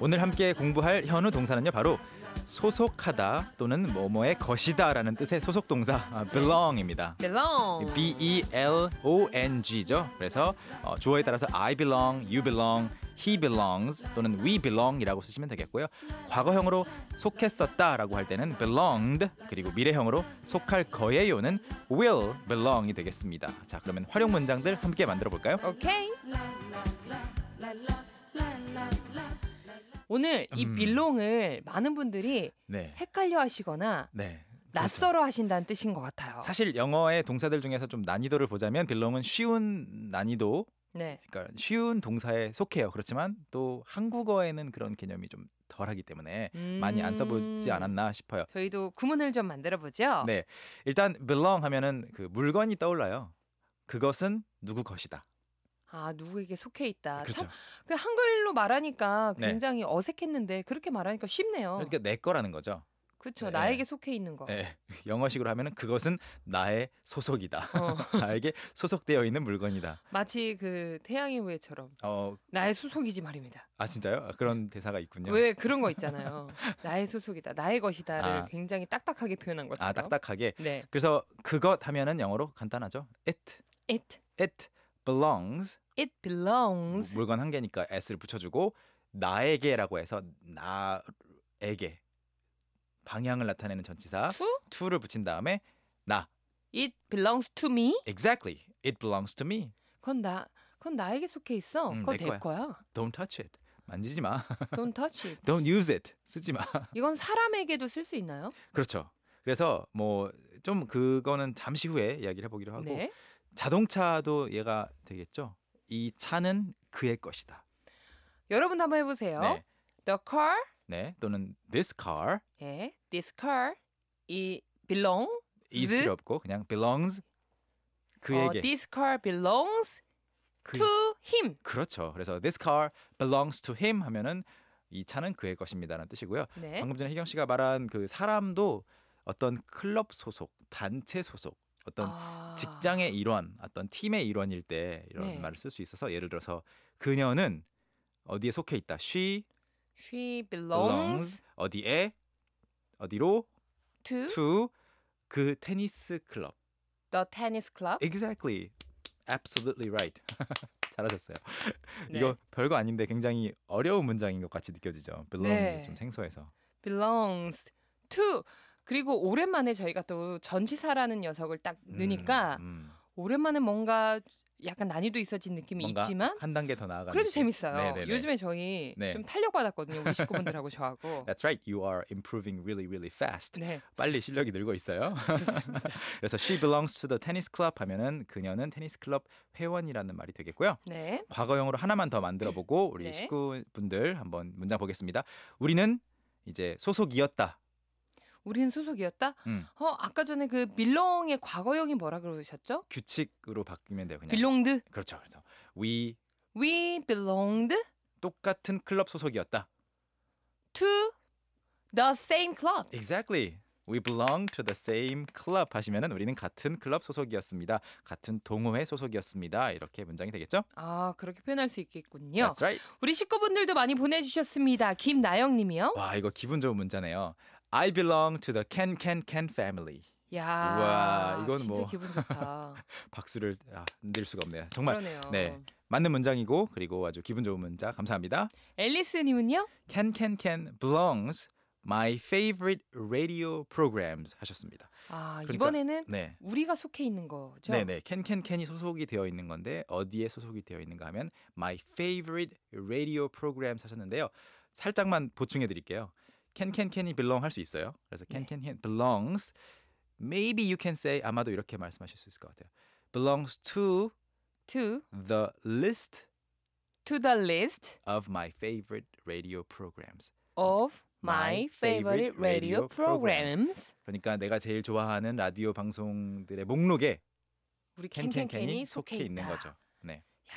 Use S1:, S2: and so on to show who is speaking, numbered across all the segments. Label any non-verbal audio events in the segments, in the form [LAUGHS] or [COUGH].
S1: 오늘 함께 공부할 현우 동사는요 바로 소속하다 또는 뭐뭐의 것이다라는 뜻의 소속 동사 아, belong입니다.
S2: belong.
S1: B E L O N G죠. 그래서 어, 주어에 따라서 I belong, you belong, he belongs 또는 we belong이라고 쓰시면 되겠고요. 과거형으로 속했었다라고 할 때는 belonged 그리고 미래형으로 속할 거예요는 will belong이 되겠습니다. 자 그러면 활용 문장들 함께 만들어 볼까요?
S2: 오케이. 오늘
S1: 음.
S2: 이 belong을 많은 분들이
S1: 네,
S2: 헷갈려 하시거나
S1: 네.
S2: 낯설어 하신다는 뜻인 것 같아요.
S1: 사실 영어의 동사들 중에서 좀 난이도를 보자면 belong은 쉬운 난이도
S2: 네.
S1: 그러니까 쉬운 동사에 속해요. 그렇지만 또 한국어에는 그런 개념이 좀 덜하기 때문에 많이 안 써보지
S2: 음.
S1: 않았나 싶어요.
S2: 저희도 구문을 좀 만들어 보죠.
S1: 네, 일단 belong 하면은 그 물건이 떠올라요. 그것은 누구 것이다.
S2: 아 누구에게 속해 있다.
S1: 그렇죠.
S2: 참, 그 한글로 말하니까
S1: 네.
S2: 굉장히 어색했는데 그렇게 말하니까 쉽네요.
S1: 그러니까 내 거라는 거죠.
S2: 그렇죠.
S1: 네.
S2: 나에게 속해 있는 거.
S1: 예. [LAUGHS] 영어식으로 하면은 그것은 나의 소속이다. [LAUGHS]
S2: 어,
S1: 나에게 소속되어 있는 물건이다.
S2: 마치 그 태양의 후예처럼
S1: 어,
S2: 나의 소속이지 말입니다.
S1: 아 진짜요? 아, 그런 대사가 있군요.
S2: 왜 그런 거 있잖아요. 나의 소속이다, 나의 것이다를
S1: 아.
S2: 굉장히 딱딱하게 표현한 것처럼.
S1: 아 딱딱하게.
S2: 네,
S1: 그래서 그것 하면은 영어로 간단하죠. It,
S2: it
S1: it belongs
S2: it
S1: 무-
S2: belongs.
S1: 물건 한 개니까 s를 붙여주고 나에게라고 해서 나에게 방향을 나타내는 전치사
S2: To
S1: to를 붙인 다음에 나
S2: it belongs to me.
S1: exactly it belongs to me
S2: 그건 나 그건 나에게 속해 있어.
S1: 음,
S2: 그건
S1: 내
S2: 내
S1: 거야.
S2: 거야.
S1: don't touch it 만지지 마 [LAUGHS]
S2: Don't touch it.
S1: don't use it 쓰지 마 [LAUGHS]
S2: 이건 사람에게도 쓸 수 있나요?
S1: 그렇죠 그래서 뭐 좀 그거는 잠시 후에 이야기를 해보기로 하고
S2: 네.
S1: 자동차도 얘가 되겠죠 이 차는 그의 것이다
S2: 여러분도 한번 해보세요.
S1: 네,
S2: The car,
S1: 네 또는 this car
S2: 예, this car, 이 belong. 어,
S1: is
S2: The-
S1: 필요 없고 그냥 belongs 그에게
S2: 어, this car belongs
S1: 그-
S2: to him.
S1: 그렇죠. 그래서 this car belongs to him 하면은 이 차는 그의 것입니다라는 뜻이고요.
S2: 네.
S1: 방금 전에 희경 씨가 말한 그 사람도 어떤 클럽 소속, 단체 소속, 어떤
S2: 아,
S1: 직장의 일원, 어떤 팀의 일원일 때 이런
S2: 네.
S1: 말을 쓸 수 있어서 예를 들어서 그녀는 어디에 속해 있다. She
S2: she belongs 음?
S1: belongs 어디에 어디로
S2: to
S1: to 그 테니스 클럽.
S2: the tennis club.
S1: Exactly. Absolutely right. [LAUGHS] 잘하셨어요.
S2: 네.
S1: 예, 이거 별거 아닌데 굉장히 어려운 문장인 것 같이 느껴지죠. belong이
S2: 네.
S1: 좀 생소해서.
S2: belongs to 그리고 오랜만에 저희가 또 전치사라는 녀석을 딱
S1: 음,
S2: 넣으니까
S1: 음.
S2: 오랜만에 뭔가 약간 난이도 있어진 느낌이
S1: 뭔가
S2: 있지만
S1: 한 단계 더 나아가.
S2: 그래도 재밌어요.
S1: 네네네.
S2: 요즘에 저희
S1: 네.
S2: 좀 탄력 받았거든요. 우리
S1: [LAUGHS]
S2: 식구분들하고 저하고.
S1: That's right. You are improving really, really fast.
S2: 네.
S1: 빨리 실력이 늘고 있어요. [LAUGHS] 그래서 she belongs to the tennis club 하면은 그녀는 테니스 클럽 회원이라는 말이 되겠고요.
S2: 네.
S1: 과거형으로 하나만 더 만들어 보고 우리
S2: 네.
S1: 식구분들 한번 문장 보겠습니다. 우리는 이제 소속이었다.
S2: 우리는 소속이었다.
S1: 음.
S2: 어, 아까 전에 그 빌롱의 과거형이 뭐라 그러셨죠?
S1: 규칙으로 바뀌면 돼요. 그냥.
S2: 빌롱드.
S1: 그렇죠. 그래서 we
S2: We belonged
S1: 똑같은 클럽 소속이었다.
S2: to the same club.
S1: Exactly. We belong to the same club 하시면은 우리는 같은 클럽 소속이었습니다. 같은 동호회 소속이었습니다. 이렇게 문장이 되겠죠?
S2: 아, 그렇게 표현할 수 있겠군요.
S1: That's right.
S2: 우리 식구분들도 많이 보내주셨습니다. 김나영 님이요.
S1: 와, 이거 기분 좋은 문자네요. I belong to the Can Can Can family.
S2: 야,
S1: 우와, 이건
S2: 진짜
S1: 뭐.
S2: 기분 좋다.
S1: 박수를 아, 낼 수가 없네요. [LAUGHS] 정말
S2: 그러네요.
S1: 네. 맞는 문장이고 그리고 아주 기분 좋은 문자 감사합니다.
S2: 앨리스님은요?
S1: Can Can Can belongs my favorite radio programs 하셨습니다.
S2: 아
S1: 그러니까-
S2: 이번에는
S1: 네.
S2: 우리가 속해 있는 거죠.
S1: 네네 캔캔캔이 소속이 되어 있는 건데 어디에 소속이 되어 있는가 하면 My Favorite Radio Programs 하셨는데요 살짝만 보충해 드릴게요 캔캔캔이 belong 할 수 있어요 그래서
S2: 네.
S1: 캔캔캔 belongs Maybe you can say 아마도 이렇게 말씀하실 수 있을 것 같아요 belongs to
S2: To
S1: the list
S2: to the list
S1: of my favorite radio programs
S2: of
S1: My
S2: my favorite
S1: favorite radio
S2: radio programs.
S1: 그러니까 내가 제일 좋아하는 라디오 방송들의 목록에
S2: 우리
S1: 캔캔캔이
S2: 캔캔캔이
S1: 속해 있는 거죠 네
S2: 야,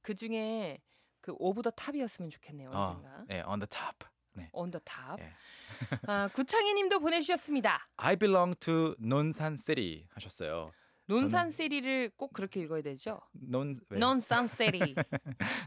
S2: 그 중에 그 오브 더 탑이었으면 좋겠네요.
S1: 어,
S2: 언젠가.
S1: 네, on the top 네.
S2: on the top.
S1: 예.
S2: 아, 구창희님도 보내주셨습니다.
S1: I belong to 논산 city 하셨어요.
S2: 논산세리를 꼭 그렇게 읽어야 되죠.
S1: 논 왜? [LAUGHS]
S2: 논산세리.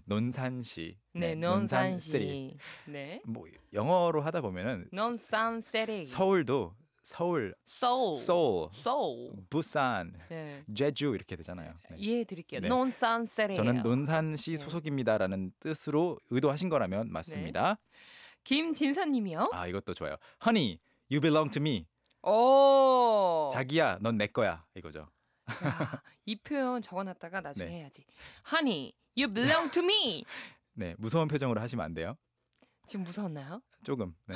S1: 논산시.
S2: 네,
S1: 논산시.
S2: 논산시. 네.
S1: 뭐 영어로 하다 보면은
S2: 논산세리.
S1: 서울도 서울,
S2: 서울.
S1: 서울,
S2: 서울.
S1: 부산,
S2: 네.
S1: 제주 이렇게 되잖아요. 네.
S2: 이해해 드릴게요.
S1: 네.
S2: 논산세리.
S1: 저는 논산시
S2: 네.
S1: 소속입니다라는 뜻으로 의도하신 거라면 맞습니다.
S2: 김진선 님이요.
S1: 아 이것도 좋아요. Honey, you belong to me. 어.
S2: 오.
S1: 자기야, 넌 내 거야 이거죠.
S2: 야, 이 표현 적어놨다가 나중에
S1: 네.
S2: 해야지. Honey, you belong to me.
S1: 네, 무서운 표정으로 하시면 안 돼요.
S2: 지금 무서웠나요?
S1: 조금. [LAUGHS] 네.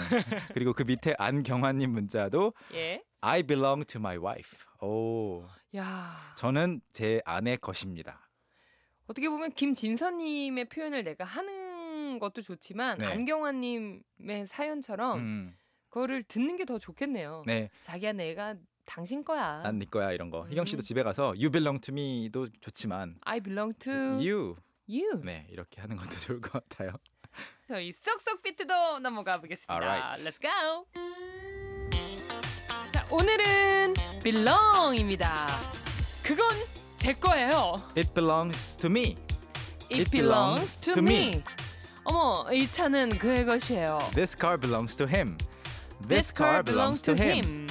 S1: 그리고 그 밑에 안경환님 문자도
S2: 예.
S1: I belong to my wife. 오,
S2: 야.
S1: 저는 제 아내 것입니다.
S2: 어떻게 보면 김진선님의 표현을 내가 하는 것도 좋지만
S1: 네.
S2: 안경환님의 사연처럼
S1: 음,
S2: 그거를 듣는 게 더 좋겠네요.
S1: 네,
S2: 자기야 내가 당신 거야.
S1: 난 네 거야 이런 거.
S2: 음.
S1: 희경 씨도 집에 가서 You belong to me도 좋지만
S2: I belong to you.
S1: You 네 이렇게 하는 것도 [LAUGHS] 좋을 것 같아요.
S2: 저희 쏙쏙 비트도 넘어가 보겠습니다.
S1: Alright.
S2: Let's go. 자 오늘은 belong입니다. 그건 제 거예요.
S1: It belongs to me.
S2: It belongs to me. 어머 이 차는 그의 것이에요.
S1: This car belongs to him. This car belongs to him.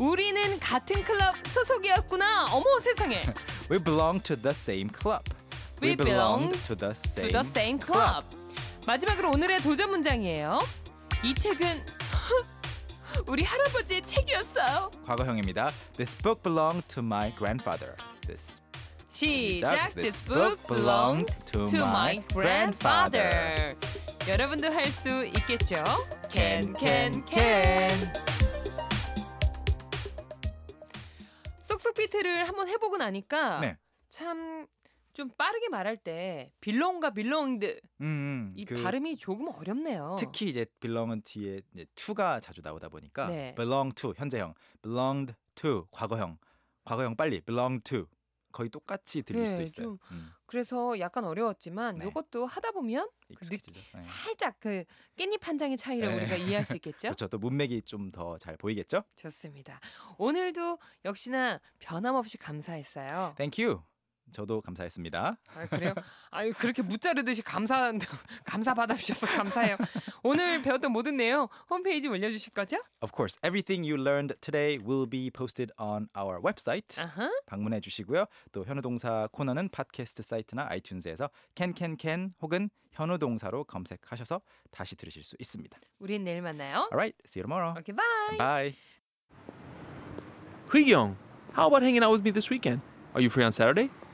S2: 우리는 같은 클럽 소속이었구나. 어머
S1: [LAUGHS]
S2: 세상에.
S1: We belong to the same club.
S2: We belong
S1: to the
S2: to
S1: same.
S2: the same club. 마지막으로 오늘의 도전 문장이에요. 이 책은 [LAUGHS] 우리 할아버지의 책이었어요.
S1: 과거형입니다. This book belonged to my grandfather. This
S2: 시작. This book belonged to my grandfather. 여러분도 할 수 있겠죠? Can can can. 쏙쏙 비트를 한번 해보고 나니까
S1: 네.
S2: 참 좀 빠르게 말할 때 빌롱과 빌롱드
S1: 음,
S2: 이
S1: 그
S2: 발음이 조금 어렵네요.
S1: 특히 이제 belong은 뒤에 이제 to가 자주 나오다 보니까
S2: 네.
S1: belong to 현재형, belonged to 과거형, 과거형 빨리 belong to 거의 똑같이 들릴
S2: 네,
S1: 수도 있어요.
S2: 좀
S1: 음,
S2: 그래서 약간 어려웠지만
S1: 네.
S2: 이것도 하다 보면
S1: 익숙해지죠. 네.
S2: 그 살짝 그 깻잎 한 장의 차이를
S1: 네.
S2: 우리가 이해할 수 [LAUGHS] 있겠죠?
S1: 그렇죠. 또 문맥이 좀 더 잘 보이겠죠?
S2: 좋습니다. 오늘도 역시나 변함없이 감사했어요.
S1: Thank you. 저도 감사했습니다.
S2: 아, 그래요? 아유 그렇게 무자르듯이 감사 [LAUGHS] 감사 받아주셔서 감사해요. 오늘 배웠던 모든 내용 홈페이지 올려주실 거죠?
S1: Of course, everything you learned today will be posted on our website.
S2: 아하.
S1: 방문해 주시고요. 또 현우 동사 코너는 팟캐스트 사이트나 아이튠즈에서 캔캔캔 혹은 현우 동사로 검색하셔서 다시 들으실 수 있습니다.
S2: 우린 내일 만나요.
S1: Alright, see you tomorrow.
S2: 오케이 바이.
S1: Bye.
S3: Young, how about hanging out with me this weekend? Are you free on Saturday?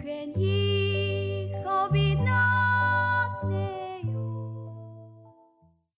S4: 괜히